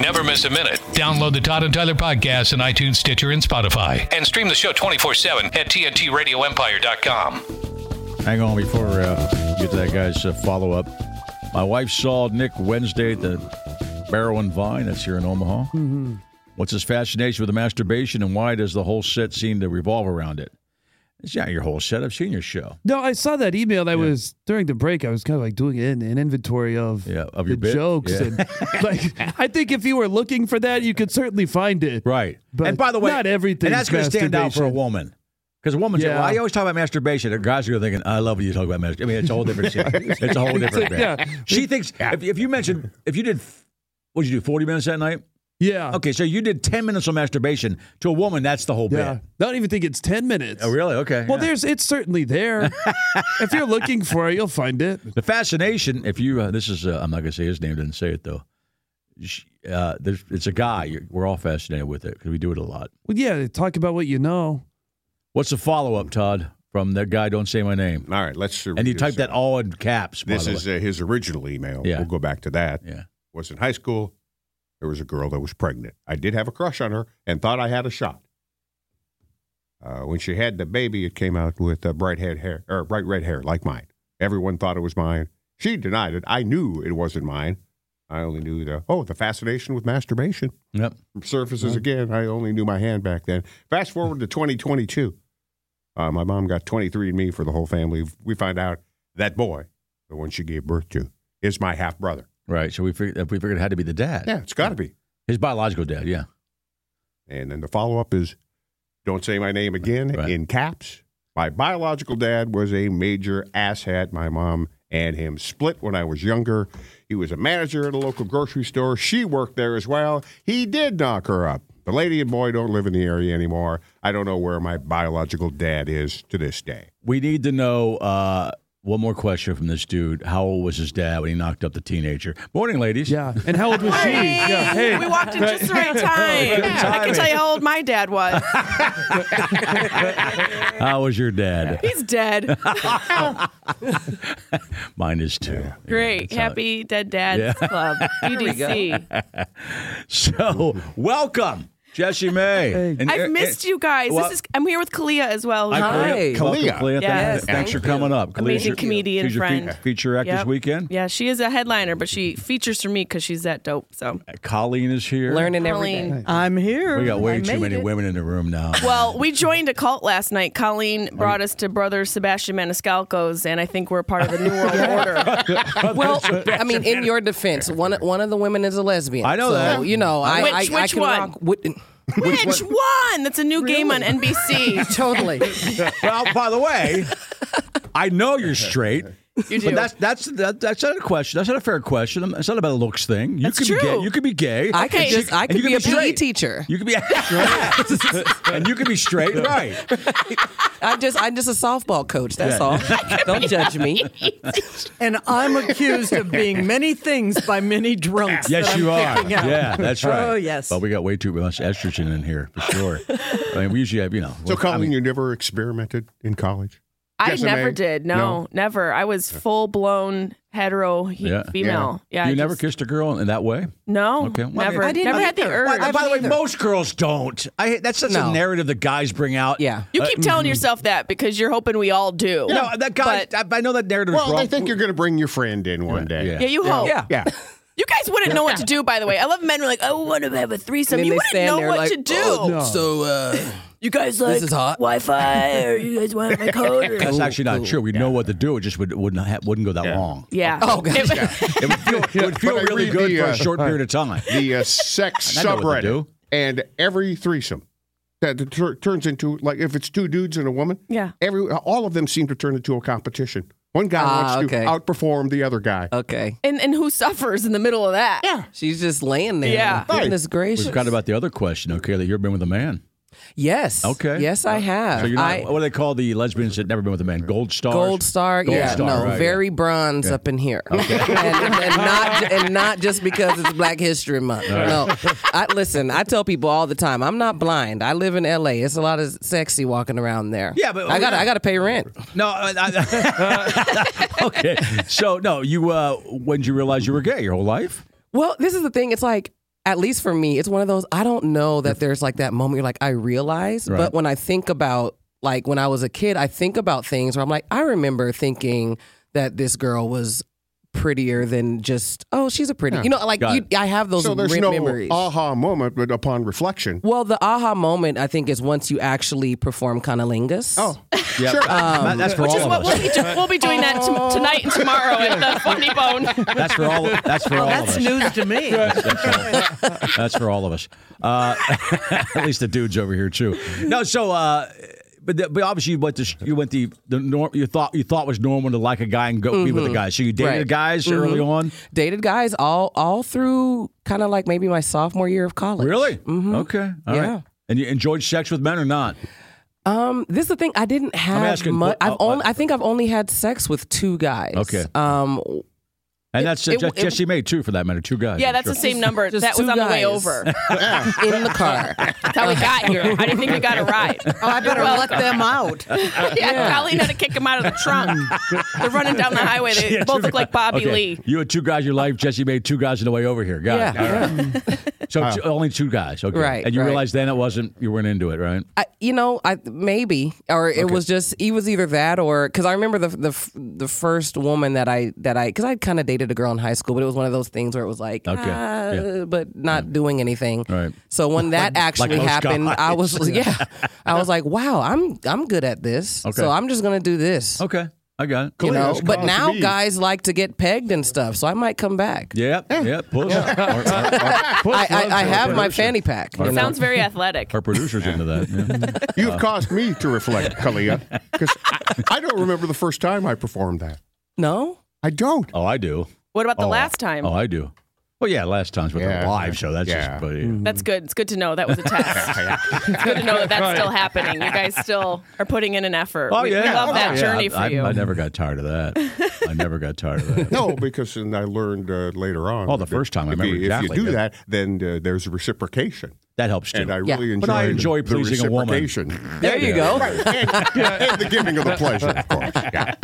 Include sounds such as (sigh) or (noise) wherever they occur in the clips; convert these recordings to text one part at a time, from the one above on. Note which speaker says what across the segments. Speaker 1: Never miss a minute.
Speaker 2: Download the Todd and Tyler podcast on iTunes, Stitcher, and Spotify.
Speaker 1: And stream the show 24 7 at TNTRadioEmpire.com.
Speaker 3: Hang on before uh, we get to that guy's uh, follow up. My wife saw Nick Wednesday at the Barrow and Vine. That's here in Omaha.
Speaker 4: Mm-hmm.
Speaker 3: What's his fascination with the masturbation, and why does the whole set seem to revolve around it? It's not your whole set. I've seen your show.
Speaker 4: No, I saw that email. That was during the break. I was kind of like doing an, an inventory of,
Speaker 3: Yeah, of
Speaker 4: the
Speaker 3: your bit.
Speaker 4: jokes,
Speaker 3: Yeah.
Speaker 4: and (laughs) like I think if you were looking for that, you could certainly find it.
Speaker 3: Right.
Speaker 4: But
Speaker 3: and by the way,
Speaker 4: not everything's
Speaker 3: And that's going to stand out for a
Speaker 4: masturbation.
Speaker 3: woman. Because a woman's
Speaker 4: Yeah.
Speaker 3: well, I always talk about masturbation. And guys are thinking, I love when you talk about masturbation. I mean, it's a whole
Speaker 4: (laughs)
Speaker 3: different scene. It's a whole different
Speaker 4: like,
Speaker 3: band.
Speaker 4: yeah.
Speaker 3: She thinks, if, if you mentioned, if you did, what did you do, 40 minutes that night?
Speaker 4: Yeah.
Speaker 3: Okay, so you did 10 minutes on masturbation. To a woman, that's the whole
Speaker 4: Yeah.
Speaker 3: bit.
Speaker 4: I don't even think it's ten minutes.
Speaker 3: Oh, really? Okay.
Speaker 4: Well,
Speaker 3: yeah.
Speaker 4: there's it's
Speaker 3: (laughs)
Speaker 4: certainly there. if you're looking for it, you'll find it.
Speaker 3: The fascination, if you, uh, this is, uh, I'm not going to say his name, didn't say it though. Sh uh, there's, it's a guy. You're, we're all fascinated with it because we do it a lot.
Speaker 4: Well, yeah. Talk about what you know.
Speaker 3: What's the follow up, Todd, from that guy, Don't Say My Name?
Speaker 5: All right, let's. uh,
Speaker 3: And you typed that all in caps. by
Speaker 5: This
Speaker 3: the
Speaker 5: is
Speaker 3: way.
Speaker 5: uh, his original email.
Speaker 3: Yeah.
Speaker 5: We'll go back to that.
Speaker 3: Yeah.
Speaker 5: Was in high school. There was a girl that was pregnant. I did have a crush on her and thought I had a shot. Uh, when she had the baby, it came out with uh, bright head hair or bright red hair like mine. Everyone thought it was mine. She denied it. I knew it wasn't mine. I only knew the oh the fascination with masturbation
Speaker 3: Yep.
Speaker 5: surfaces again. I only knew my hand back then. Fast forward to 2022. Uh, my mom got 23andMe for the whole family. We find out that boy, the one she gave birth to, is my half brother.
Speaker 3: Right. So we figured if we figured it had to be the dad.
Speaker 5: Yeah, it's got to be.
Speaker 3: His biological dad. Yeah.
Speaker 5: And then the follow up is don't say my name again
Speaker 3: Right.
Speaker 5: in caps. My biological dad was a major asshat. My mom and him split when I was younger. He was a manager at a local grocery store. She worked there as well. He did knock her up. The lady and boy don't live in the area anymore. I don't know where my biological dad is to this day.
Speaker 3: We need to know uh, one more question from this dude. How old was his dad when he knocked up the teenager? Morning, ladies.
Speaker 4: Yeah. And how old was she? Yeah. Hey.
Speaker 6: We walked in just the
Speaker 3: (laughs)
Speaker 6: right time. I can tell you how old my dad was.
Speaker 3: How was your dad?
Speaker 6: He's dead.
Speaker 3: Mine is too.
Speaker 6: Great. Happy Dead Dads Club. EDC.
Speaker 3: (laughs) So welcome, Jesse May. And-
Speaker 6: I've missed you guys.
Speaker 3: Well-
Speaker 6: this is I'm here with Kalia as well.
Speaker 3: Hi, Kalia.
Speaker 5: Hi.
Speaker 3: Welcome, Kalia.
Speaker 5: Kalia.
Speaker 3: Thank-
Speaker 6: Yes,
Speaker 3: Thanks
Speaker 6: thank
Speaker 3: for
Speaker 6: you.
Speaker 3: coming up. Kalia's
Speaker 6: Amazing
Speaker 3: your-
Speaker 6: comedian
Speaker 3: she's your fe-
Speaker 6: friend.
Speaker 3: feature act this
Speaker 6: Yep.
Speaker 3: weekend.
Speaker 6: Yeah, she is a headliner, but she features for me because she's that dope. So
Speaker 3: Colleen is here.
Speaker 7: Learning every
Speaker 6: Colleen.
Speaker 7: day. I'm here.
Speaker 3: We got way
Speaker 7: I
Speaker 3: too
Speaker 7: made
Speaker 3: many
Speaker 7: it.
Speaker 3: women in the room now.
Speaker 6: Well, we joined a cult last night. Colleen brought us to Brother Sebastian Maniscalco's, and I think we're part of
Speaker 3: (laughs)
Speaker 6: the New World Order.
Speaker 7: Well, I mean, in your defense, one one of the women is a lesbian.
Speaker 3: I know
Speaker 7: so,
Speaker 3: that.
Speaker 7: You know, I
Speaker 6: Which-
Speaker 7: I, I
Speaker 6: which
Speaker 7: can
Speaker 6: one?
Speaker 7: rock with,
Speaker 6: Which one? That's a new game on
Speaker 3: (laughs)
Speaker 6: NBC.
Speaker 7: totally.
Speaker 3: (laughs) well, by the way, I know you're
Speaker 6: (laughs)
Speaker 3: straight.
Speaker 6: You
Speaker 3: But
Speaker 6: do.
Speaker 3: that's that's that, that's not a question. That's not a fair question. Um, It's not about a looks thing. You
Speaker 6: That's
Speaker 3: could be
Speaker 6: true.
Speaker 3: gay. You could be gay.
Speaker 7: I could
Speaker 6: Okay.
Speaker 7: just I
Speaker 3: And
Speaker 7: could
Speaker 3: you
Speaker 7: be a PE
Speaker 3: straight.
Speaker 6: E
Speaker 7: teacher.
Speaker 3: You could be (laughs)
Speaker 6: (laughs)
Speaker 3: and you could be straight. Right.
Speaker 7: I'm just I'm just a softball coach. That's all. Don't judge me.
Speaker 8: (laughs) And I'm accused of being many things by many drunks.
Speaker 3: Yes,
Speaker 8: that
Speaker 3: you
Speaker 8: I'm
Speaker 3: are.
Speaker 8: picking up.
Speaker 3: Yeah, that's right.
Speaker 8: Oh, yes.
Speaker 3: But we got way too much estrogen in here for sure. I mean, we usually have you know.
Speaker 5: So, Colleen,
Speaker 3: I mean,
Speaker 5: you never experimented in college?
Speaker 6: I
Speaker 5: Jessamine?
Speaker 6: never did. No,
Speaker 5: No.
Speaker 6: never. I was full blown hetero he-
Speaker 3: Yeah.
Speaker 6: female. Yeah.
Speaker 3: you
Speaker 6: I
Speaker 3: never
Speaker 6: just-
Speaker 3: kissed a girl in that way.
Speaker 6: No.
Speaker 3: Okay. Well, I mean-
Speaker 6: never. Er, I
Speaker 3: I
Speaker 6: never had the
Speaker 8: either.
Speaker 6: urge.
Speaker 3: by the way, most girls don't. I that's such a
Speaker 7: No.
Speaker 3: narrative that guys bring out.
Speaker 7: Yeah.
Speaker 6: you keep telling yourself that because you're hoping we all do.
Speaker 3: Uh, No, that guy.
Speaker 6: But-
Speaker 3: I, I know that narrative is
Speaker 5: Well,
Speaker 3: wrong.
Speaker 5: they think you're going to bring your friend in one day.
Speaker 6: yeah, you hope.
Speaker 7: Yeah.
Speaker 5: Yeah.
Speaker 6: You guys wouldn't know what to do, by the way. I love men who are like, "Oh, I want to have a threesome.
Speaker 7: And then
Speaker 6: You
Speaker 7: they
Speaker 6: wouldn't
Speaker 7: stand
Speaker 6: know
Speaker 7: there
Speaker 6: what
Speaker 7: like,
Speaker 6: to do.
Speaker 7: "Oh,
Speaker 4: No.
Speaker 7: So, uh,
Speaker 6: You guys like
Speaker 7: is hot.
Speaker 6: Wi-Fi, or you guys want my code? Or...
Speaker 3: That's actually not true. We know what to do. It just would, would not ha- wouldn't go that long.
Speaker 6: Yeah.
Speaker 7: oh,
Speaker 3: (laughs)
Speaker 6: (laughs)
Speaker 7: God. (laughs)
Speaker 3: It would feel, it (laughs) would feel
Speaker 5: But I
Speaker 3: really
Speaker 5: read
Speaker 3: good
Speaker 5: the,
Speaker 3: for
Speaker 5: uh,
Speaker 3: a short period of time. (laughs)
Speaker 5: the uh, sex
Speaker 3: I know what to
Speaker 5: subreddit
Speaker 3: do.
Speaker 5: and every threesome that t- tur- turns into like if it's two dudes and a woman.
Speaker 6: Yeah.
Speaker 5: Every all of them seem to turn into a competition. One guy
Speaker 7: Ah,
Speaker 5: wants
Speaker 7: okay.
Speaker 5: to outperform the other guy.
Speaker 3: Uh,
Speaker 7: Okay.
Speaker 6: And and who suffers in the middle of that? Yeah.
Speaker 7: She's just laying there.
Speaker 6: Yeah.
Speaker 5: Right.
Speaker 7: Goodness
Speaker 3: We
Speaker 7: gracious.
Speaker 3: forgot about the other question, okay, that you've been with a man.
Speaker 7: yes.
Speaker 3: Okay.
Speaker 7: Yes, I have.
Speaker 3: So you're not,
Speaker 7: Uh, I,
Speaker 3: what do they call the lesbians that never been with a man? Gold star.
Speaker 7: Gold star,
Speaker 3: Gold
Speaker 7: yeah,
Speaker 3: star,
Speaker 7: no,
Speaker 3: right,
Speaker 7: very bronze up in here, and, (laughs) and not and not just because it's Black History Month. No, I listen. I tell people all the time, I'm not blind. I live in L.A. It's a lot of sexy walking around there.
Speaker 3: Yeah, but-
Speaker 7: I got to I got to pay rent.
Speaker 3: No. I, I- (laughs) okay. So no, you. Uh, when did you realize you were gay? Your whole life?
Speaker 7: Well, this is the thing. It's like, at least for me, it's one of those I don't know that there's like that moment you're like, I realize. But when I think about like when I was a kid, I think about things where I'm like, I remember thinking that this girl was prettier than just oh she's a pretty you know like
Speaker 3: Got
Speaker 7: you, I have those
Speaker 5: So there's
Speaker 7: rem-
Speaker 5: no
Speaker 7: memories.
Speaker 5: aha moment, but upon reflection.
Speaker 7: well, the aha moment I think is once you actually perform conolingus.
Speaker 5: Oh,
Speaker 3: Yeah.
Speaker 5: Sure.
Speaker 3: Uh, that's for
Speaker 6: Um, Which
Speaker 3: all
Speaker 6: is
Speaker 3: of
Speaker 6: what
Speaker 3: us.
Speaker 6: we'll be, do- we'll be doing that t- tonight and tomorrow
Speaker 3: (laughs)
Speaker 6: at the Funny Bone.
Speaker 3: That's for all. That's
Speaker 6: Oh,
Speaker 3: for all
Speaker 8: That's
Speaker 3: of us.
Speaker 8: news to me.
Speaker 3: That's, all- that's for all of us. Uh, (laughs) at least the dudes over here too. No. So. Uh, but, the, but obviously you went to sh- you went the the norm you thought you thought was normal to like a guy and go be with a guy so you dated
Speaker 7: Mm-hmm. Right. Mm-hmm.
Speaker 3: guys early on
Speaker 7: (laughs) Dated guys all all through kind of like maybe my sophomore year of college.
Speaker 3: really okay all right.
Speaker 7: mm-hmm. Yeah.
Speaker 3: and you enjoyed sex with men or not
Speaker 7: Um, this is the thing. I didn't have
Speaker 3: asking
Speaker 7: much.
Speaker 3: what-
Speaker 7: I've
Speaker 3: uh,
Speaker 7: only.
Speaker 3: uh,
Speaker 7: I think I've only had sex with two guys.
Speaker 3: Okay.
Speaker 7: Um,
Speaker 3: and that's
Speaker 7: it-
Speaker 3: just
Speaker 7: it-
Speaker 3: Jesse May too for that matter two guys
Speaker 6: Yeah,
Speaker 3: I'm
Speaker 6: that's
Speaker 3: sure.
Speaker 6: the same number.
Speaker 7: Just
Speaker 6: that was
Speaker 7: two
Speaker 6: on the way
Speaker 7: guys.
Speaker 6: over.
Speaker 7: in the car.
Speaker 6: That's how we got here. I didn't think we got a ride.
Speaker 7: (laughs)
Speaker 8: Oh, (laughs) I better let them out.
Speaker 6: (laughs) yeah, Colleen had to kick him out of the trunk.
Speaker 3: (laughs)
Speaker 6: They're running down the highway. They both look like Bobby
Speaker 3: Okay.
Speaker 6: Lee.
Speaker 3: You had two guys in your life. Jesse made two guys on the way over here. Got it.
Speaker 7: Yeah.
Speaker 3: All right.
Speaker 6: (laughs)
Speaker 3: So two- only two guys. Okay.
Speaker 7: Right,
Speaker 3: And you
Speaker 7: right.
Speaker 3: realized then it wasn't. You weren't into it, right?
Speaker 7: I, you know, I maybe or it was just it was either that or because I remember the the f- the first woman that I that I because I kind of dated a girl in high school, but it was one of those things where it was like
Speaker 3: Okay.
Speaker 7: ah,
Speaker 3: Yeah.
Speaker 7: but not doing anything.
Speaker 3: Right.
Speaker 7: So when that actually
Speaker 3: most
Speaker 7: happened, I
Speaker 3: guys.
Speaker 7: was (laughs) yeah, I was like, wow, I'm I'm good at this.
Speaker 3: Okay.
Speaker 7: So I'm just gonna do this.
Speaker 3: Okay. I got it.
Speaker 7: You
Speaker 3: Cool.
Speaker 7: know,
Speaker 5: that's
Speaker 7: but
Speaker 5: cause
Speaker 7: now
Speaker 5: me.
Speaker 7: guys like to get pegged and stuff, so I might come back.
Speaker 3: Yep. Yep. Push. Our, our- our-
Speaker 7: I, I, I have my fanny pack. you
Speaker 6: It
Speaker 7: know.
Speaker 6: sounds very athletic.
Speaker 3: our producers into that.
Speaker 5: (laughs)
Speaker 3: yeah.
Speaker 5: you've caused me to reflect, Kalia, because I, I don't remember the first time I performed that.
Speaker 7: no.
Speaker 5: I don't.
Speaker 3: Oh, I do.
Speaker 6: What about the
Speaker 3: Oh,
Speaker 6: last time?
Speaker 3: Oh, I do. Well, yeah, last time's with a
Speaker 5: Yeah.
Speaker 3: live show. That's
Speaker 5: Yeah.
Speaker 3: just.
Speaker 5: Mm.
Speaker 3: But, yeah.
Speaker 6: That's good. It's good to know that
Speaker 3: (laughs)
Speaker 6: was a test. it's good to know that that's still happening. You guys still are putting in an effort.
Speaker 3: Oh
Speaker 6: we,
Speaker 3: yeah.
Speaker 6: we love
Speaker 3: Oh,
Speaker 6: that
Speaker 3: yeah.
Speaker 6: journey for
Speaker 3: I,
Speaker 6: you.
Speaker 3: I, I never got tired of that. I never got tired of that.
Speaker 5: No, because and I learned uh, later on.
Speaker 3: Oh, the
Speaker 5: that
Speaker 3: first time, I
Speaker 5: if
Speaker 3: remember
Speaker 5: you,
Speaker 3: exactly,
Speaker 5: If you do
Speaker 3: yeah.
Speaker 5: that, then uh, there's reciprocation,
Speaker 3: That helps too.
Speaker 5: and I
Speaker 7: Yeah.
Speaker 5: really enjoy.
Speaker 3: But I enjoy
Speaker 5: the,
Speaker 3: pleasing a woman.
Speaker 5: reciprocation.
Speaker 7: There you go.
Speaker 5: and, and the giving of the pleasure, of course. Yeah.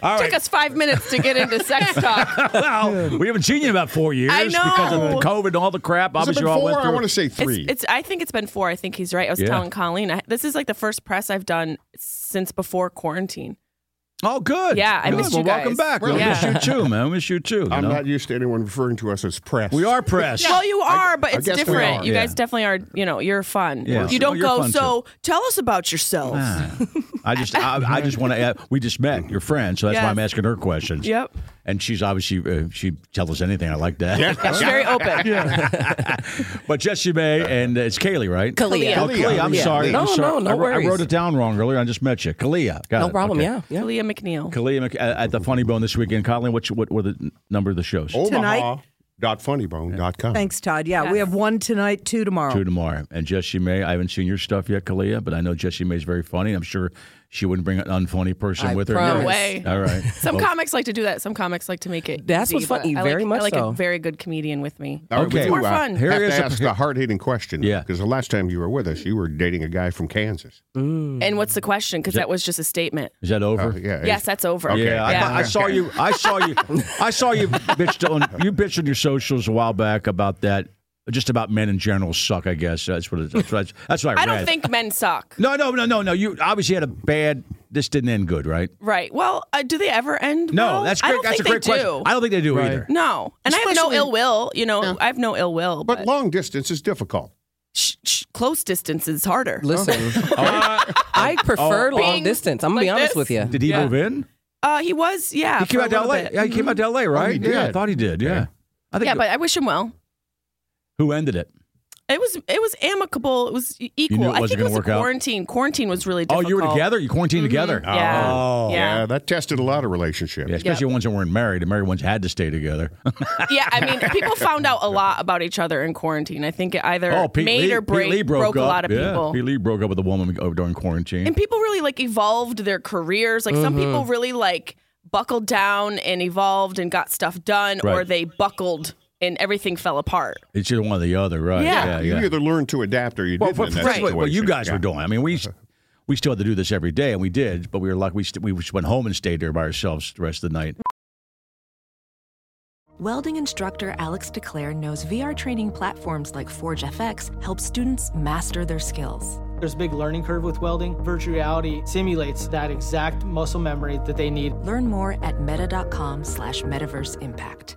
Speaker 6: It took us five minutes to get into
Speaker 3: (laughs)
Speaker 6: sex talk.
Speaker 3: well, we haven't seen you in about four years
Speaker 6: I
Speaker 3: because of
Speaker 6: know.
Speaker 3: COVID and all the crap.
Speaker 5: Has it
Speaker 3: Obviously,
Speaker 5: been
Speaker 3: you all went
Speaker 5: four? I
Speaker 3: through.
Speaker 5: want to say
Speaker 6: It's,
Speaker 5: three.
Speaker 6: it's. I think it's been four. I think he's right. I was
Speaker 3: Yeah.
Speaker 6: telling Colleen. I, this is like the first press I've done since before quarantine.
Speaker 3: Oh, good.
Speaker 6: Yeah, I
Speaker 3: good.
Speaker 6: missed
Speaker 3: well,
Speaker 6: you
Speaker 3: welcome
Speaker 6: guys.
Speaker 3: back. We
Speaker 6: Yeah.
Speaker 3: miss you too, man. We miss you too. you
Speaker 5: I'm
Speaker 3: know?
Speaker 5: not used to anyone referring to us as press.
Speaker 3: we are press.
Speaker 6: Well, you are, but
Speaker 5: I
Speaker 6: it's
Speaker 5: guess we
Speaker 6: different.
Speaker 5: are.
Speaker 6: You
Speaker 3: Yeah.
Speaker 6: guys definitely are. You know, you're fun.
Speaker 3: Yeah.
Speaker 6: You don't
Speaker 3: Well, you're
Speaker 6: go.
Speaker 3: fun, Ah.
Speaker 6: So tell us about yourself.
Speaker 3: (laughs) I just, I, I just want to add. We just met your friend, so that's why
Speaker 6: Yes.
Speaker 3: I'm asking her questions.
Speaker 6: Yep.
Speaker 3: And she's obviously uh, she tells us anything. I like that.
Speaker 6: It's
Speaker 3: (laughs)
Speaker 6: very open. (laughs)
Speaker 3: but Jesse May and uh, it's Kaylee, right?
Speaker 7: Kalia.
Speaker 3: Oh, Kalia. I'm
Speaker 5: Kalia.
Speaker 3: sorry.
Speaker 7: No,
Speaker 3: I'm sorry.
Speaker 7: no, no
Speaker 3: I, wrote- I wrote
Speaker 7: worries.
Speaker 3: it down wrong earlier. I just met you, Kalia. Got
Speaker 7: No
Speaker 3: it.
Speaker 7: problem.
Speaker 3: Okay.
Speaker 7: Yeah. Yeah.
Speaker 6: Leah McNeil.
Speaker 3: Kalia Mc- at at the Funny Bone this weekend. Colin, what what were the n- number of the shows?
Speaker 5: Oh,
Speaker 8: Tonight-
Speaker 5: Omaha.funnybone.com.
Speaker 8: Thanks, Todd. Yeah, we have one tonight, two tomorrow.
Speaker 6: Oh.
Speaker 3: Two tomorrow. And Jessie May, I haven't seen your stuff yet, Kalia, but I know Jessie May's very funny. I'm sure she wouldn't bring an unfunny person
Speaker 7: I
Speaker 3: with her.
Speaker 7: promise.
Speaker 6: No way.
Speaker 3: All right.
Speaker 6: (laughs)
Speaker 3: Oh,
Speaker 6: Some
Speaker 3: Well,
Speaker 6: comics like to do that. Some comics like to make it.
Speaker 7: That's
Speaker 6: easy,
Speaker 7: what's funny,
Speaker 6: but I
Speaker 7: very
Speaker 6: like,
Speaker 7: much
Speaker 6: I like
Speaker 7: so.
Speaker 6: a very good comedian with me.
Speaker 5: All right, we
Speaker 3: Okay.
Speaker 5: do,
Speaker 6: More
Speaker 5: uh,
Speaker 6: fun.
Speaker 3: Here
Speaker 5: have
Speaker 3: is
Speaker 5: to
Speaker 3: a-
Speaker 5: ask the hard-hitting question.
Speaker 3: Yeah.
Speaker 5: Because the last time you were with us, you were dating a guy from Kansas.
Speaker 6: And what's the question? Because that was just a statement.
Speaker 3: Is that over?
Speaker 5: Uh, yeah.
Speaker 6: Yes, that's over.
Speaker 5: Okay.
Speaker 3: Yeah, I,
Speaker 6: Yeah.
Speaker 3: I saw you. I saw you. I saw you bitched on you bitched on your socials a while back about that. Just about men in general suck. I guess that's what. It, that's what. I, that's what I,
Speaker 6: I don't
Speaker 3: read.
Speaker 6: think men suck.
Speaker 3: No, no, no, no, no. You obviously had a bad this didn't end good, right?
Speaker 6: Right. Well, uh, do they ever end?
Speaker 3: No,
Speaker 6: well?
Speaker 3: that's
Speaker 6: I
Speaker 3: great.
Speaker 6: don't
Speaker 3: That's a
Speaker 6: think
Speaker 3: great
Speaker 6: they
Speaker 3: question.
Speaker 6: do.
Speaker 3: I don't think they do
Speaker 4: Right.
Speaker 3: either.
Speaker 6: No, and I have
Speaker 5: Especially-
Speaker 6: no ill will. You know, I have no ill will,
Speaker 5: But
Speaker 6: but,
Speaker 5: long distance is difficult.
Speaker 6: sh- sh- close distance is harder.
Speaker 7: Listen,
Speaker 6: (laughs)
Speaker 7: I prefer long
Speaker 6: Being
Speaker 7: distance. I'm gonna be
Speaker 6: Oh. like
Speaker 7: honest
Speaker 6: this?
Speaker 7: with you.
Speaker 3: Did he
Speaker 6: Yeah.
Speaker 3: move in?
Speaker 6: Uh, he was, yeah.
Speaker 3: he came
Speaker 6: for a
Speaker 3: out to
Speaker 6: little
Speaker 3: L.A.
Speaker 6: bit. Mm-hmm.
Speaker 3: Yeah, he came out to L.A. Right?
Speaker 5: Oh, he
Speaker 3: Yeah, I
Speaker 5: did.
Speaker 3: thought he did. Yeah, I think.
Speaker 6: Yeah, but I wish him well.
Speaker 3: who ended it?
Speaker 6: It was it was amicable. It was e- equal.
Speaker 3: knew it
Speaker 6: I
Speaker 3: wasn't
Speaker 6: think it
Speaker 3: gonna
Speaker 6: was a
Speaker 3: work out?
Speaker 6: quarantine. Quarantine was really
Speaker 3: Oh,
Speaker 6: difficult. Mm-hmm.
Speaker 3: you were together. You quarantined together.
Speaker 6: Yeah.
Speaker 3: Oh.
Speaker 6: Yeah.
Speaker 5: Yeah, that tested a lot of relationships.
Speaker 3: Yeah, especially ones that weren't married. The married ones had to stay together. (laughs)
Speaker 6: yeah, I mean, people found out a lot about each other in quarantine. I think it either made
Speaker 3: Lee,
Speaker 6: or
Speaker 3: Oh, Pete
Speaker 6: break,
Speaker 3: Lee broke,
Speaker 6: a
Speaker 3: up.
Speaker 6: lot of
Speaker 3: yeah.
Speaker 6: people.
Speaker 3: Pete Lee broke up with a woman uh, during quarantine.
Speaker 6: and people really like evolved their careers. Like
Speaker 3: Mm-hmm.
Speaker 6: some people really like buckled down and evolved and got stuff done, or
Speaker 3: Right.
Speaker 6: they buckled and everything fell apart.
Speaker 3: It's either one or the other, right?
Speaker 6: Yeah.
Speaker 5: You either learned to adapt or you
Speaker 3: Well,
Speaker 5: didn't.
Speaker 3: but
Speaker 5: in that
Speaker 3: that's what, what you
Speaker 5: situation.
Speaker 3: guys
Speaker 5: Yeah.
Speaker 3: were doing. I mean, we we still had to do this every day, and we did. But we were lucky. We, st- we just went home and stayed there by ourselves the rest of the night.
Speaker 9: Welding instructor Alex DeClaire knows VR training platforms like Forge FX help students master their skills.
Speaker 10: There's a big learning curve with welding. Virtual reality simulates that exact muscle memory that they need.
Speaker 9: Learn more at meta.com slash metaverse impact.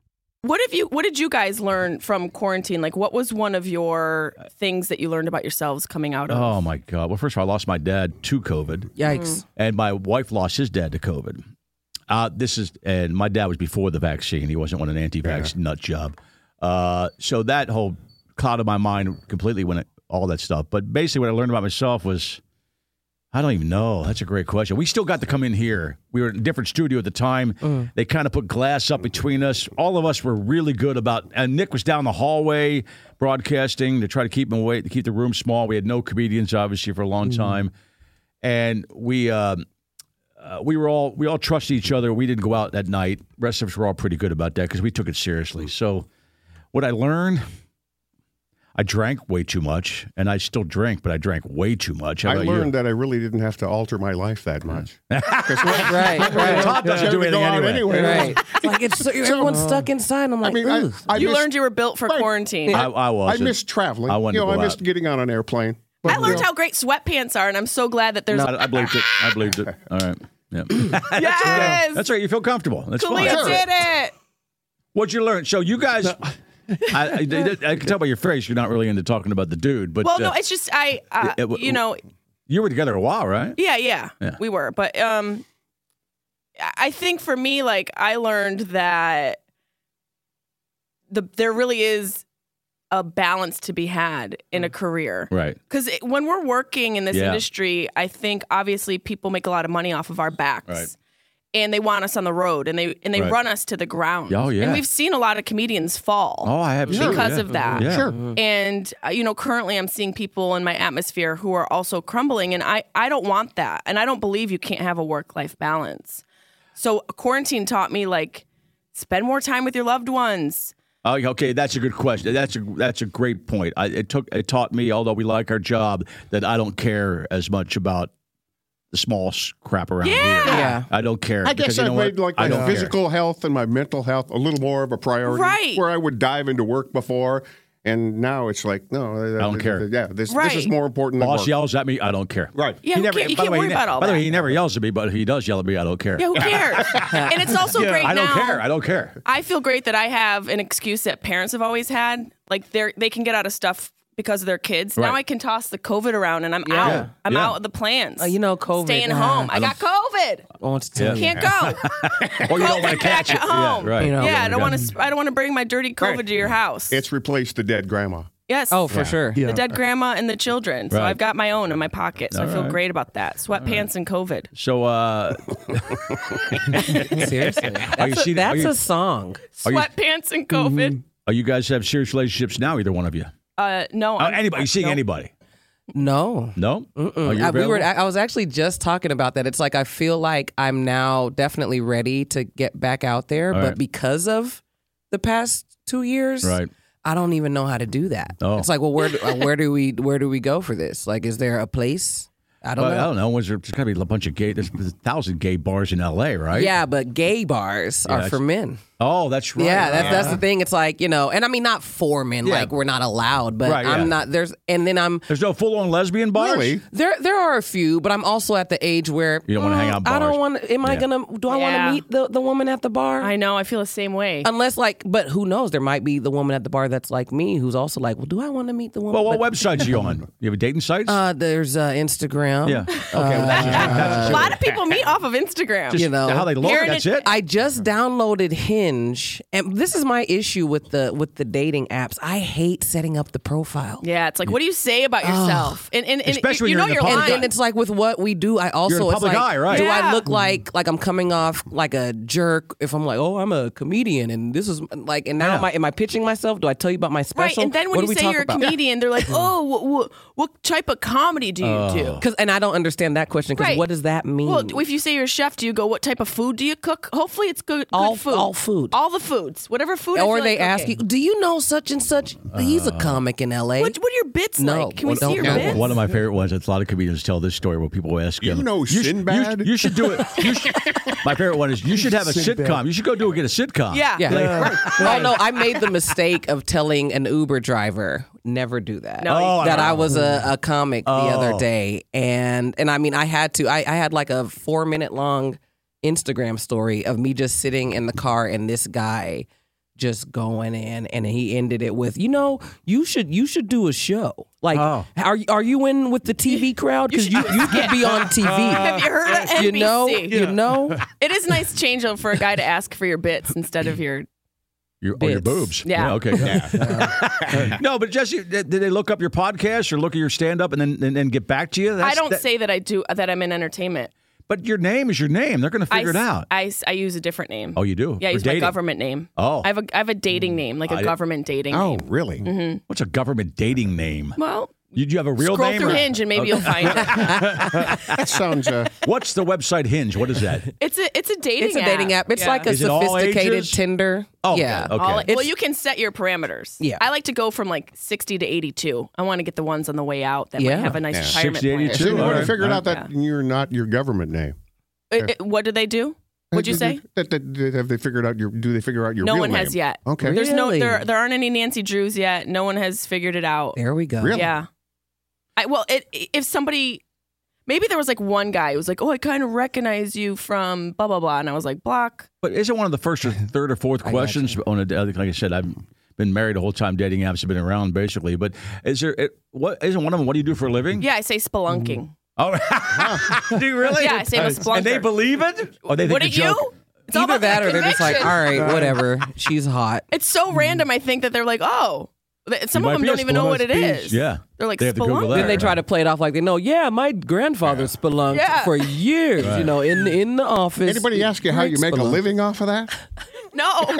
Speaker 6: What have you? What did you guys learn from quarantine? Like, what was one of your things that you learned about yourselves coming out of?
Speaker 3: Oh my God! Well, first of all, I lost my dad to COVID,
Speaker 7: Yikes.
Speaker 3: and my wife lost his dad to COVID. Uh, this is, and my dad was before the vaccine. He wasn't one an anti-vax nut job. Uh, so that whole clouded my mind completely when it, all that stuff. But basically, what I learned about myself was. I don't even know. That's a great question. We still got to come in here. We were in a different studio at the time.
Speaker 5: Mm.
Speaker 3: They kind of put glass up between us. All of us were really good about. And Nick was down the hallway broadcasting to try to keep him away, to keep the room small. We had no comedians obviously for a
Speaker 5: Mm.
Speaker 3: long time, and we um uh, we were all we all trusted each other. We didn't go out at night. Rest of us were all pretty good about that because we took it seriously. So, what I learned. I drank way too much, and I still drink, but I drank way too much. How
Speaker 5: I
Speaker 3: about you?
Speaker 5: learned that I really didn't have to alter my life that much.
Speaker 7: Right,
Speaker 6: Mm. (laughs)
Speaker 7: right,
Speaker 3: Todd doesn't
Speaker 5: Yeah.
Speaker 3: do anything
Speaker 5: Go out
Speaker 3: anyway.
Speaker 5: anyway.
Speaker 7: right. It's like it's so, everyone's stuck inside. and I'm
Speaker 5: I
Speaker 7: like,
Speaker 5: mean, I,
Speaker 7: "Ugh."
Speaker 5: I
Speaker 6: you
Speaker 5: missed,
Speaker 6: learned you were built for
Speaker 5: Right.
Speaker 6: quarantine.
Speaker 3: I, I
Speaker 5: I
Speaker 3: was.
Speaker 5: missed traveling.
Speaker 3: I wanted
Speaker 5: you know,
Speaker 3: to go
Speaker 5: I missed
Speaker 3: out.
Speaker 5: getting on an airplane.
Speaker 6: I learned how great sweatpants are, and I'm so glad that there's.
Speaker 3: I, I believed it. I believed
Speaker 5: (laughs)
Speaker 3: it. All right. Yeah.
Speaker 6: (laughs) yes,
Speaker 3: That's all right. You feel comfortable. That's
Speaker 6: Khalil
Speaker 3: fine.
Speaker 6: did it.
Speaker 3: What'd you learn? So you guys, I, I, I can tell by your face you're not really into talking about the dude, but
Speaker 6: Well, no,
Speaker 3: uh,
Speaker 6: it's just I. Uh,
Speaker 3: it- it-
Speaker 6: you know,
Speaker 3: you were together a while, right?
Speaker 6: Yeah, yeah,
Speaker 3: Yeah.
Speaker 6: We were, but um, I- I think for me, like, I learned that the there really is a balance to be had in a career.
Speaker 3: Right.
Speaker 6: Because when we're working in this
Speaker 3: Yeah.
Speaker 6: industry, I think obviously people make a lot of money off of our backs.
Speaker 3: Right.
Speaker 6: And they want us on the road, and they and they
Speaker 3: Right.
Speaker 6: run us to the ground.
Speaker 3: Oh, yeah.
Speaker 6: And we've seen a lot of comedians fall
Speaker 3: Oh, I have
Speaker 6: because
Speaker 3: yeah.
Speaker 6: of that.
Speaker 3: Yeah.
Speaker 5: Sure.
Speaker 6: And uh, you know, currently I'm seeing people in my atmosphere who are also crumbling, and I I don't want that, and I don't believe you can't have a work life balance. So quarantine taught me like spend more time with your loved ones.
Speaker 3: Oh, okay, that's a good question. That's a that's a great point. I, it took it taught me, although we like our job, that I don't care as much about the small s- crap around
Speaker 6: Yeah.
Speaker 3: here.
Speaker 7: Yeah.
Speaker 3: I don't care.
Speaker 5: I
Speaker 3: because
Speaker 5: guess
Speaker 3: you
Speaker 5: I
Speaker 3: know what?
Speaker 5: made like
Speaker 3: I
Speaker 5: my
Speaker 3: don't care.
Speaker 5: physical health and my mental health a little more of a priority.
Speaker 6: Right.
Speaker 5: Where I would dive into work before, and now it's like no, I
Speaker 3: don't care.
Speaker 5: Yeah, this
Speaker 6: Right.
Speaker 5: this is more important than
Speaker 3: Boss
Speaker 5: work.
Speaker 3: yells at me, I don't care.
Speaker 5: Right.
Speaker 6: Yeah, who care- you
Speaker 3: by the
Speaker 6: can't
Speaker 3: way,
Speaker 6: worry
Speaker 3: he ne-
Speaker 6: about all
Speaker 3: By the
Speaker 6: that.
Speaker 3: way, he never yells at me, but if he does yell at me, I don't care.
Speaker 6: Yeah, who
Speaker 3: (laughs)
Speaker 6: cares? and it's also great
Speaker 3: I don't
Speaker 6: now.
Speaker 3: care. I don't care.
Speaker 6: I feel great that I have an excuse that parents have always had. Like they are they can get out of stuff because of their kids. Now
Speaker 3: Right.
Speaker 6: I can toss the COVID around, and I'm
Speaker 3: Yeah.
Speaker 6: out. I'm
Speaker 3: Yeah.
Speaker 6: out of the plans.
Speaker 7: Oh, you know, COVID,
Speaker 6: Staying
Speaker 7: nah.
Speaker 6: home. I, got COVID.
Speaker 7: I want to tell you.
Speaker 6: Can't (laughs) go.
Speaker 3: (laughs) Well, you don't
Speaker 6: COVID
Speaker 3: want to catch
Speaker 6: back
Speaker 3: it.
Speaker 6: at home.
Speaker 3: Yeah, right.
Speaker 7: You know.
Speaker 6: yeah, I don't
Speaker 3: yeah.
Speaker 6: want to. I don't want to bring my dirty COVID to your house.
Speaker 5: It's replaced the dead grandma.
Speaker 6: yes.
Speaker 7: Oh, for sure.
Speaker 4: Yeah.
Speaker 6: The dead grandma and the children. So
Speaker 3: Right.
Speaker 6: I've got my own in my pocket. So I feel
Speaker 3: right.
Speaker 6: great about that. Sweatpants and COVID.
Speaker 3: So, uh,
Speaker 7: (laughs) Seriously,
Speaker 3: (laughs) are you
Speaker 7: that's, a,
Speaker 3: seated- are
Speaker 7: that's
Speaker 3: you-
Speaker 7: a song.
Speaker 3: Are you-
Speaker 6: Sweatpants and COVID.
Speaker 3: Mm-hmm. are you guys have serious relationships now? Either one of you?
Speaker 6: Uh, no.
Speaker 3: Uh,
Speaker 6: I'm-
Speaker 3: anybody? You seeing
Speaker 6: no.
Speaker 3: anybody?
Speaker 7: No.
Speaker 3: No. Are you
Speaker 7: I, Uh, we were,
Speaker 3: available?
Speaker 7: I was actually just talking about that. It's like I feel like I'm now definitely ready to get back out there,
Speaker 3: All
Speaker 7: but
Speaker 3: right.
Speaker 7: because of the past two years,
Speaker 3: Right.
Speaker 7: I don't even know how to do that.
Speaker 3: Oh.
Speaker 7: It's like, well, where do, uh, where do we where do we go for this? Like, is there a place? I don't
Speaker 3: Well,
Speaker 7: know.
Speaker 3: I don't know. Was there, there's got to be a bunch of gay. There's, there's a thousand gay bars in L.A., oh, right?
Speaker 7: Yeah, but gay bars
Speaker 3: Yeah,
Speaker 7: are for
Speaker 3: that's-
Speaker 7: men.
Speaker 3: Oh, that's right.
Speaker 7: yeah, that's,
Speaker 3: right.
Speaker 7: that's the thing. It's like you know, and I mean not for men.
Speaker 3: Yeah.
Speaker 7: Like we're not allowed, but
Speaker 3: Right,
Speaker 7: I'm
Speaker 3: yeah.
Speaker 7: not. There's and then I'm
Speaker 3: There's no full on lesbian bars.
Speaker 7: There, there are a few, but I'm also at the age where "Ah,
Speaker 3: You don't wanna hang out bars.
Speaker 7: I don't want. Am I
Speaker 3: Yeah.
Speaker 7: gonna? Do I want
Speaker 6: Yeah.
Speaker 7: to meet the, the woman at the bar?
Speaker 6: I know. I feel the same way.
Speaker 7: Unless like, but who knows? There might be the woman at the bar that's like me, who's also like, well, do I want to meet the woman?
Speaker 3: Well, what
Speaker 7: (laughs) But-
Speaker 3: websites are you on? You have a dating sites?
Speaker 7: Uh, there's uh, Instagram.
Speaker 3: yeah. (laughs) Okay.
Speaker 6: Uh,
Speaker 3: well, that's just- that's
Speaker 6: a
Speaker 3: just-
Speaker 6: lot of people meet off of Instagram.
Speaker 3: Just
Speaker 7: Uh, you know
Speaker 3: how they look, Here it that's is. it?
Speaker 7: I just downloaded Hinge, and this is my issue with the with the dating apps. I hate setting up the profile.
Speaker 6: Yeah, it's like, what do you say about yourself? And, and, and
Speaker 7: Especially
Speaker 6: you,
Speaker 7: when
Speaker 6: know
Speaker 7: you're in
Speaker 6: you're
Speaker 7: the public
Speaker 6: lying.
Speaker 7: eye. And then it's like with what we do, I also
Speaker 3: You're in
Speaker 7: it's
Speaker 3: public
Speaker 7: like,
Speaker 3: eye, right.
Speaker 7: Do
Speaker 3: Yeah.
Speaker 7: I look like like I'm coming off like a jerk if I'm like, oh, I'm a comedian and this is like, and now am I am I pitching myself? Do I tell you about my
Speaker 6: Right,
Speaker 7: special?
Speaker 6: and then
Speaker 7: What
Speaker 6: when
Speaker 7: do
Speaker 6: you
Speaker 7: we
Speaker 6: say
Speaker 7: talk
Speaker 6: you're a
Speaker 7: about? (laughs)
Speaker 6: comedian, they're like, "Oh, what, what, what type of comedy do you do?"
Speaker 7: Because and I don't understand that question because
Speaker 6: Right.
Speaker 7: what does that mean?
Speaker 6: Well, if you say you're a chef, do you go, "What type of food do you cook?" Hopefully, it's good, good
Speaker 7: All-
Speaker 6: food.
Speaker 7: all food.
Speaker 6: All the foods, whatever food. I
Speaker 7: or
Speaker 6: feel
Speaker 7: they
Speaker 6: like
Speaker 7: ask you,
Speaker 6: cooking.
Speaker 7: do you know such and such? He's
Speaker 3: Uh.
Speaker 7: a comic in L.A.
Speaker 6: What, what are your bits
Speaker 7: No,
Speaker 6: like? Can we
Speaker 7: what-
Speaker 6: see your
Speaker 7: no.
Speaker 6: bits?
Speaker 3: One of my favorite ones. It's a lot of comedians tell this story where people ask
Speaker 5: You
Speaker 3: them,
Speaker 5: know
Speaker 3: should-
Speaker 5: Sinbad?
Speaker 3: You, should do it. You
Speaker 5: (laughs)
Speaker 3: should, my favorite one is you should have a
Speaker 5: Sinbad.
Speaker 3: sitcom. You should go do get a sitcom.
Speaker 7: Yeah.
Speaker 3: Like,
Speaker 7: oh no, I made the mistake of telling an Uber driver never do that.
Speaker 3: No, Oh, you-
Speaker 7: that
Speaker 3: no.
Speaker 7: I was a, a comic the
Speaker 3: Oh.
Speaker 7: other day, and and I mean I had to. I, I had like a four minute long Instagram story of me just sitting in the car and this guy just going in and he ended it with you know you should you should do a show like
Speaker 3: Oh.
Speaker 7: are you- are you in with the TV crowd cuz you
Speaker 6: (laughs)
Speaker 7: you could be on TV
Speaker 6: Have you heard of
Speaker 7: you know
Speaker 6: NBC?
Speaker 7: you know
Speaker 6: It is nice change up for a guy to ask for your bits instead of
Speaker 7: (laughs)
Speaker 6: your.
Speaker 3: Your, oh, your boobs.
Speaker 6: Yeah.
Speaker 3: okay. (laughs) no, but Jesse, did did they look up your podcast or look at your stand up and then and, then get back to you?
Speaker 6: I
Speaker 3: That's-
Speaker 6: don't
Speaker 3: that-
Speaker 6: say that I do that. I'm in entertainment.
Speaker 3: But your name is your name. They're going to
Speaker 6: I
Speaker 3: figure it
Speaker 6: s-
Speaker 3: out.
Speaker 6: I, s- I use a different name.
Speaker 3: Oh, you do?
Speaker 6: Yeah, I
Speaker 3: For
Speaker 6: use
Speaker 3: dating.
Speaker 6: my government name.
Speaker 3: Oh. Mm.
Speaker 6: I have a I have a dating name, like a
Speaker 3: I-
Speaker 6: government dating.
Speaker 3: Oh,
Speaker 6: name.
Speaker 3: really?
Speaker 6: Mhm.
Speaker 3: What's a government dating name?
Speaker 6: Well,
Speaker 3: You, do you have a real
Speaker 6: scroll
Speaker 3: name?
Speaker 6: through
Speaker 3: or-
Speaker 6: Hinge and maybe you'll find it.
Speaker 3: (laughs) that sounds. (laughs) Uh... What's the website Hinge? What is
Speaker 6: (laughs)
Speaker 3: that?
Speaker 6: It's a it's a dating.
Speaker 7: It's a dating app. It's
Speaker 6: Yeah.
Speaker 7: like a
Speaker 3: Is it all
Speaker 7: sophisticated
Speaker 3: ages?
Speaker 7: Tinder.
Speaker 3: Oh, okay,
Speaker 7: yeah.
Speaker 3: okay.
Speaker 6: All- well,
Speaker 7: It's-
Speaker 6: you can set your parameters.
Speaker 7: Yeah.
Speaker 6: I like to go from like 60 to 82. I want to get the ones on the way out that
Speaker 7: Yeah.
Speaker 6: might have a nice
Speaker 5: Yeah.
Speaker 6: retirement
Speaker 3: 60 to
Speaker 6: plan.
Speaker 3: 82,
Speaker 5: Soon
Speaker 3: all
Speaker 5: when I
Speaker 3: right,
Speaker 5: figured
Speaker 3: all
Speaker 5: out that you're not your government name.
Speaker 6: It- it- what do they do? Would you say?
Speaker 5: That, that, that- have they figured out your? Do they figure out your?
Speaker 6: no
Speaker 5: real
Speaker 6: one
Speaker 5: name?
Speaker 6: has yet.
Speaker 5: Okay.
Speaker 6: There's no
Speaker 7: Really?
Speaker 6: there there aren't any Nancy Drews yet. No one has figured it out.
Speaker 7: There we go.
Speaker 5: Really?
Speaker 6: Yeah. I well, it, if somebody maybe there was like one guy who was like, "Oh, I kind of recognize you from blah blah blah," and I was like, "Block."
Speaker 3: But isn't one of the first
Speaker 7: (laughs)
Speaker 3: or third or fourth questions on a like I said, I've been married the whole time. Dating apps have been around basically. But is there it, what isn't one of them? What do you do for a living?
Speaker 6: Yeah, I say spelunking. (laughs)
Speaker 3: Oh, do you really?
Speaker 6: Yeah, I say I'm a
Speaker 3: And they
Speaker 6: splunker.
Speaker 3: believe it? Or they think
Speaker 6: Wouldn't
Speaker 3: the joke?
Speaker 6: you? It's all
Speaker 7: Either
Speaker 6: about
Speaker 7: that
Speaker 6: the
Speaker 7: or they're just like, all
Speaker 6: connection.
Speaker 7: right, whatever. She's hot.
Speaker 6: It's so random. I think that they're like, "Oh." th- Some
Speaker 3: You might
Speaker 6: of them
Speaker 3: be a
Speaker 6: don't even know what it
Speaker 3: spelunker.
Speaker 6: is.
Speaker 3: Yeah.
Speaker 6: They're like
Speaker 3: They have to Google that.
Speaker 6: spelunker.
Speaker 7: Then they try to play it off like they know, yeah, my grandfather spelunked
Speaker 6: Yeah.
Speaker 7: for years, you know, in in the office.
Speaker 5: Anybody ask you how
Speaker 7: Rick
Speaker 5: you make a
Speaker 7: spelunked.
Speaker 5: living off
Speaker 3: (laughs)
Speaker 5: of that?
Speaker 6: No.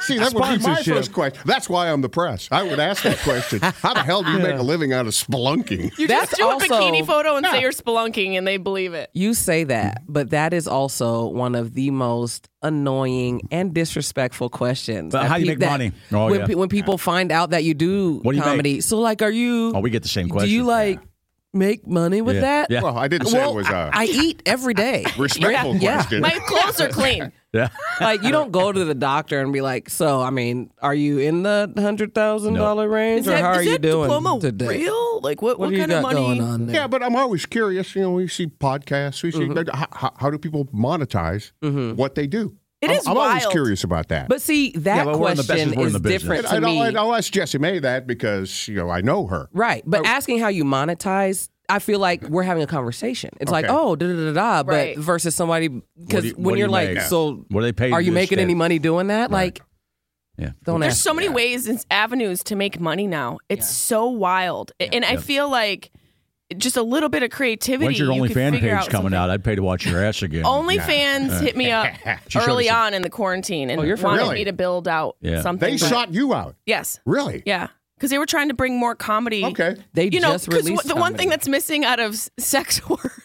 Speaker 5: See, that would be my
Speaker 4: Sponsorship.
Speaker 5: first question. That's why I'm the press. I would ask that question. How the hell do you make a living out of spelunking?
Speaker 6: You (laughs)
Speaker 7: That's
Speaker 6: just do
Speaker 7: also-
Speaker 6: a bikini photo and say you're spelunking and they believe it.
Speaker 7: You say that, but that is also one of the most annoying and disrespectful questions.
Speaker 3: But
Speaker 7: that
Speaker 3: how do you
Speaker 7: pe-
Speaker 3: make
Speaker 7: that-
Speaker 3: money? Oh,
Speaker 7: when,
Speaker 3: yeah.
Speaker 7: pe- when people find out that you do
Speaker 3: What do you make?
Speaker 7: comedy, so like, are you?
Speaker 3: Oh, we get the same question.
Speaker 7: Do you like make money with
Speaker 3: Yeah.
Speaker 7: that?
Speaker 3: Yeah.
Speaker 5: Well, I didn't say
Speaker 7: Well,
Speaker 5: it was
Speaker 6: uh,
Speaker 5: uh, a
Speaker 7: I eat every day.
Speaker 5: (laughs) respectful
Speaker 7: Yeah.
Speaker 5: question.
Speaker 6: My clothes are clean.
Speaker 3: Yeah.
Speaker 7: like you don't go to the doctor and be like, so I mean, are you in the hundred thousand thousand dollar range
Speaker 6: Is
Speaker 7: or
Speaker 6: that,
Speaker 7: how
Speaker 6: is
Speaker 7: are you
Speaker 6: that
Speaker 7: doing
Speaker 6: diploma
Speaker 7: today?
Speaker 6: real? Like what? What,
Speaker 7: What, do you
Speaker 6: kind
Speaker 7: got
Speaker 6: of money?
Speaker 7: going on there?
Speaker 5: Yeah, but I'm always curious. You know, we see podcasts. We see
Speaker 6: Mm-hmm.
Speaker 5: how- how, how do people monetize what they do?
Speaker 6: It
Speaker 5: I'm,
Speaker 6: is
Speaker 5: I'm always
Speaker 6: wild.
Speaker 5: curious about that.
Speaker 7: But see, that
Speaker 3: Yeah, but we're in the
Speaker 7: question
Speaker 3: business- we're in
Speaker 7: is
Speaker 3: the business.
Speaker 7: different to
Speaker 5: and I'll,
Speaker 7: me.
Speaker 5: I'll ask Jesse May that because you know I know her.
Speaker 7: Right. But asking how you monetize, I feel like we're having a conversation. It's like,
Speaker 5: Okay.
Speaker 7: oh, da da da da. But
Speaker 6: Right.
Speaker 7: versus somebody, because
Speaker 3: do you- what
Speaker 7: when
Speaker 3: do
Speaker 7: you're
Speaker 3: you
Speaker 7: like,
Speaker 3: make?
Speaker 7: so
Speaker 3: What do they pay
Speaker 7: are
Speaker 3: to
Speaker 7: you making
Speaker 3: stand-
Speaker 7: any money doing that? Like,
Speaker 3: Yeah.
Speaker 7: don't
Speaker 6: There's
Speaker 7: ask.
Speaker 6: so many ways and avenues to make money now. It's so wild, A- and I feel like just a little bit of creativity.
Speaker 3: When's your
Speaker 6: you could
Speaker 3: OnlyFans
Speaker 6: figure
Speaker 3: page
Speaker 6: out
Speaker 3: coming out? I'd pay to watch your ass again.
Speaker 6: Only fans
Speaker 3: Yeah. Uh,
Speaker 6: hit me up
Speaker 3: (laughs) She showed
Speaker 6: early
Speaker 3: us a- Oh,
Speaker 6: on in the quarantine and
Speaker 7: you're
Speaker 6: wanted
Speaker 5: really?
Speaker 6: me to build out
Speaker 3: Yeah.
Speaker 6: something.
Speaker 5: They
Speaker 6: but-
Speaker 5: shot you out.
Speaker 6: Yes.
Speaker 5: Really?
Speaker 6: Yeah. because they were trying to bring more comedy.
Speaker 5: Okay.
Speaker 7: They
Speaker 6: you know,
Speaker 7: just
Speaker 6: 'cause
Speaker 7: released
Speaker 6: the one
Speaker 7: comedy.
Speaker 6: thing that's missing out of s- sex (laughs) work.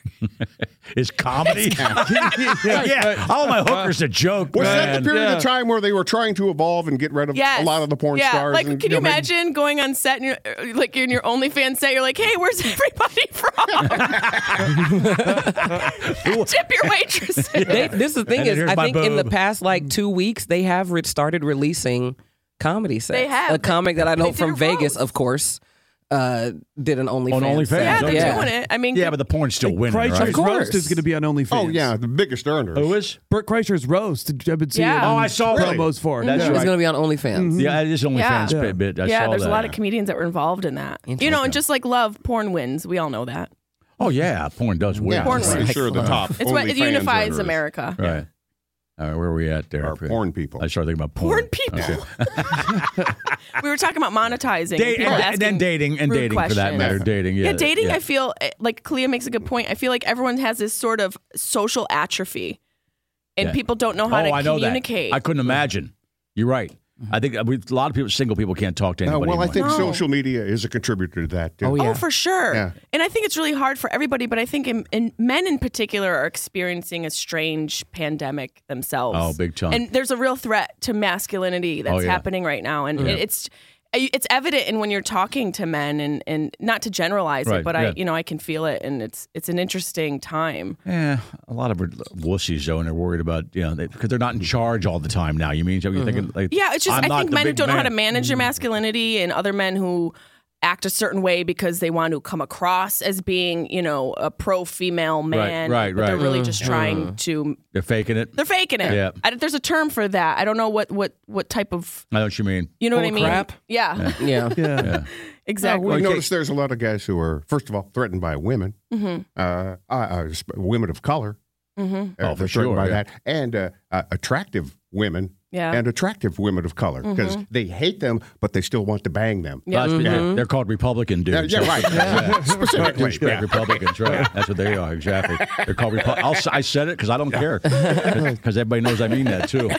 Speaker 3: Is comedy? (laughs) yeah, yeah. all my hookers a joke.
Speaker 5: Was
Speaker 3: man.
Speaker 5: that the period of time where they were trying to evolve and get rid of
Speaker 6: Yes.
Speaker 5: a lot of the porn
Speaker 6: yeah.
Speaker 5: stars?
Speaker 6: Like,
Speaker 5: and,
Speaker 6: can you
Speaker 5: know, make-
Speaker 6: imagine going on set and you're, uh, like you're in your OnlyFans set? You're like, hey, where's (laughs) everybody
Speaker 3: (laughs)
Speaker 6: from? (laughs) Tip your waitresses.
Speaker 3: (laughs)
Speaker 7: They, this is the thing
Speaker 6: And then
Speaker 7: is,
Speaker 6: here's
Speaker 7: I
Speaker 6: my
Speaker 7: think in the
Speaker 6: boob.
Speaker 7: past like two weeks they have re- started releasing comedy sets.
Speaker 6: They have.
Speaker 7: a comic that I
Speaker 6: They
Speaker 7: know
Speaker 6: did
Speaker 7: from
Speaker 6: a
Speaker 7: Vegas, of course, uh, did an OnlyFans.
Speaker 3: on OnlyFans?
Speaker 7: set.
Speaker 3: okay.
Speaker 6: it. I mean,
Speaker 3: yeah, but the porn's still winning,
Speaker 4: Kreischer's
Speaker 3: right?
Speaker 4: Of course. roast is gonna be on OnlyFans.
Speaker 5: Oh yeah, the biggest earners.
Speaker 3: Who is?
Speaker 4: Bert Kreischer's roast. I've been seeing
Speaker 6: Yeah.
Speaker 4: it
Speaker 6: Oh,
Speaker 4: in
Speaker 6: I saw
Speaker 4: promos
Speaker 3: that.
Speaker 4: for. it.
Speaker 3: That's
Speaker 7: It's
Speaker 3: right.
Speaker 7: going to be on OnlyFans.
Speaker 3: Yeah, it is OnlyFans bit. bit. I
Speaker 6: yeah
Speaker 3: saw
Speaker 6: there's
Speaker 3: that.
Speaker 6: a lot of comedians that were involved in that. You know, and just like love, porn wins. We all know that.
Speaker 3: Oh yeah, porn does win.
Speaker 5: Yeah, Porn I'm pretty wins. sure the top
Speaker 6: It's what it unifies America.
Speaker 3: Right. All right, where are we at there?
Speaker 5: Our porn people.
Speaker 3: I started thinking about porn.
Speaker 6: Porn people.
Speaker 3: Okay.
Speaker 6: (laughs) We were talking about monetizing.
Speaker 3: Date-
Speaker 6: people
Speaker 3: and- and
Speaker 6: asking
Speaker 3: then dating- and
Speaker 6: rude
Speaker 3: dating for that
Speaker 6: questions.
Speaker 3: matter. Dating, yeah,
Speaker 6: dating.
Speaker 3: yeah.
Speaker 6: I feel eh, like Clea makes a good point. I feel like everyone has this sort of social atrophy, and
Speaker 3: Yeah.
Speaker 6: people don't know how
Speaker 3: oh,
Speaker 6: to
Speaker 3: I know
Speaker 6: communicate. Mm-hmm.
Speaker 3: That. I couldn't imagine. You're right. I think we, a lot of people, single people, can't talk to
Speaker 5: Uh,
Speaker 3: anybody.
Speaker 5: well, I think
Speaker 3: anymore.
Speaker 6: No.
Speaker 5: social media is a contributor to that. Too.
Speaker 7: Oh,
Speaker 6: Oh, for sure.
Speaker 5: Yeah.
Speaker 6: And I think it's really hard for everybody, but I think in, in men in particular are experiencing a strange pandemic themselves.
Speaker 3: Oh, big time.
Speaker 6: And there's a real threat to masculinity that's
Speaker 3: Oh, yeah.
Speaker 6: happening right now, and it, it's it's evident in when you're talking to men, and and not to generalize
Speaker 3: Right,
Speaker 6: it, but
Speaker 3: yeah.
Speaker 6: I you know I can feel it, and it's it's an interesting time.
Speaker 3: Yeah, a lot of them are wussies though, and they're worried about you know because they, are not in charge all the time now. You mean so you're thinking like
Speaker 6: Mm-hmm. Yeah, it's just
Speaker 3: I'm
Speaker 6: i
Speaker 3: not
Speaker 6: think
Speaker 3: the
Speaker 6: men who
Speaker 3: big
Speaker 6: don't know how
Speaker 3: man. Mm.
Speaker 6: to manage their masculinity and other men who act a certain way because they want to come across as being, you know, a pro female man.
Speaker 3: right,
Speaker 6: but They're
Speaker 3: right.
Speaker 6: really just
Speaker 3: Mhm.
Speaker 6: trying to
Speaker 3: They're faking it.
Speaker 6: they're faking it.
Speaker 3: Yeah.
Speaker 6: I, there's a term for that. I don't know what what what type of
Speaker 3: I know what you mean.
Speaker 6: you know what I
Speaker 7: Bull
Speaker 6: mean?
Speaker 7: crap.
Speaker 6: Yeah.
Speaker 7: Yeah.
Speaker 3: Yeah.
Speaker 6: (laughs) Exactly.
Speaker 5: We notice there's a lot of guys who are, first of all, threatened by women,
Speaker 6: Mhm.
Speaker 5: uh, uh, uh, sp- women of color.
Speaker 6: Mhm.
Speaker 5: Uh,
Speaker 3: Oh, for
Speaker 5: they're threatened
Speaker 3: sure,
Speaker 5: by
Speaker 3: yeah.
Speaker 5: that, and uh, uh, attractive women.
Speaker 6: Yeah. Mm-hmm.
Speaker 5: And attractive women of color because they hate them, but they still want to bang them.
Speaker 6: Yeah. Mm-hmm.
Speaker 3: That's- They're called Republican
Speaker 5: Yeah,
Speaker 3: dudes.
Speaker 5: yeah, right. (laughs) Specifically,
Speaker 3: Douchebag Republicans, right? That's what they are. Exactly. They're called Repu- I'll, s- I said it because I don't care because everybody knows I mean that too.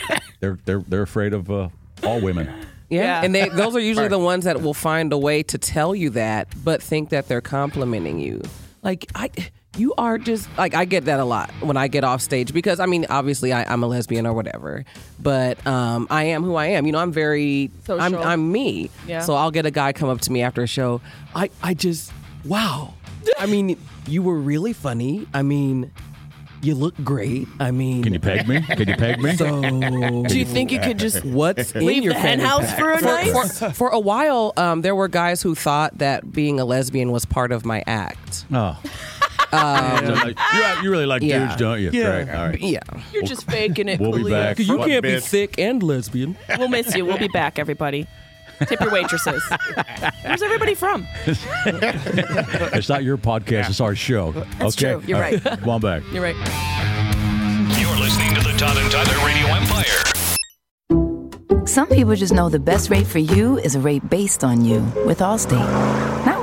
Speaker 3: They're they're they're afraid of uh, all women.
Speaker 7: Yeah.
Speaker 6: Yeah.
Speaker 7: And they those are usually the ones that will find a way to tell you that, but think that they're complimenting you. Like I you are just like I get that a lot when I get off stage because I mean obviously I, I'm a lesbian or whatever, but um, I am who I am. You know, I'm very I'm
Speaker 6: Social.
Speaker 7: I'm me.
Speaker 6: Yeah.
Speaker 7: So I'll get a guy come up to me after a show. I, I just wow. I mean, you were really funny. I mean, you look great. I mean,
Speaker 3: Can you peg me? Can you peg me?
Speaker 7: so
Speaker 6: Do you think you could just
Speaker 7: what's in
Speaker 6: leave
Speaker 7: your
Speaker 6: the hen
Speaker 7: family
Speaker 6: house
Speaker 7: pack.
Speaker 6: for a night?
Speaker 7: For, for a while, um, there were guys who thought that being a lesbian was part of my act.
Speaker 3: Oh. So, like, you, you really like
Speaker 7: yeah.
Speaker 3: dudes, don't you?
Speaker 4: Yeah.
Speaker 3: Right. All right.
Speaker 7: Yeah.
Speaker 6: You're just faking it.
Speaker 3: We'll be
Speaker 6: Khalid.
Speaker 3: back.
Speaker 7: You
Speaker 3: Fuck
Speaker 7: can't be
Speaker 3: bitch.
Speaker 7: thick and lesbian.
Speaker 6: We'll miss you. We'll be back, everybody. Tip your
Speaker 3: (laughs)
Speaker 6: waitresses. Where's everybody from?
Speaker 3: It's not your podcast. It's our show.
Speaker 6: That's
Speaker 3: okay.
Speaker 6: true. You're
Speaker 3: All right. Come on back.
Speaker 6: You're right.
Speaker 1: You're listening to the Todd and Tyler Radio Empire.
Speaker 11: Some people just know the best rate for you is a rate based on you with Allstate. Not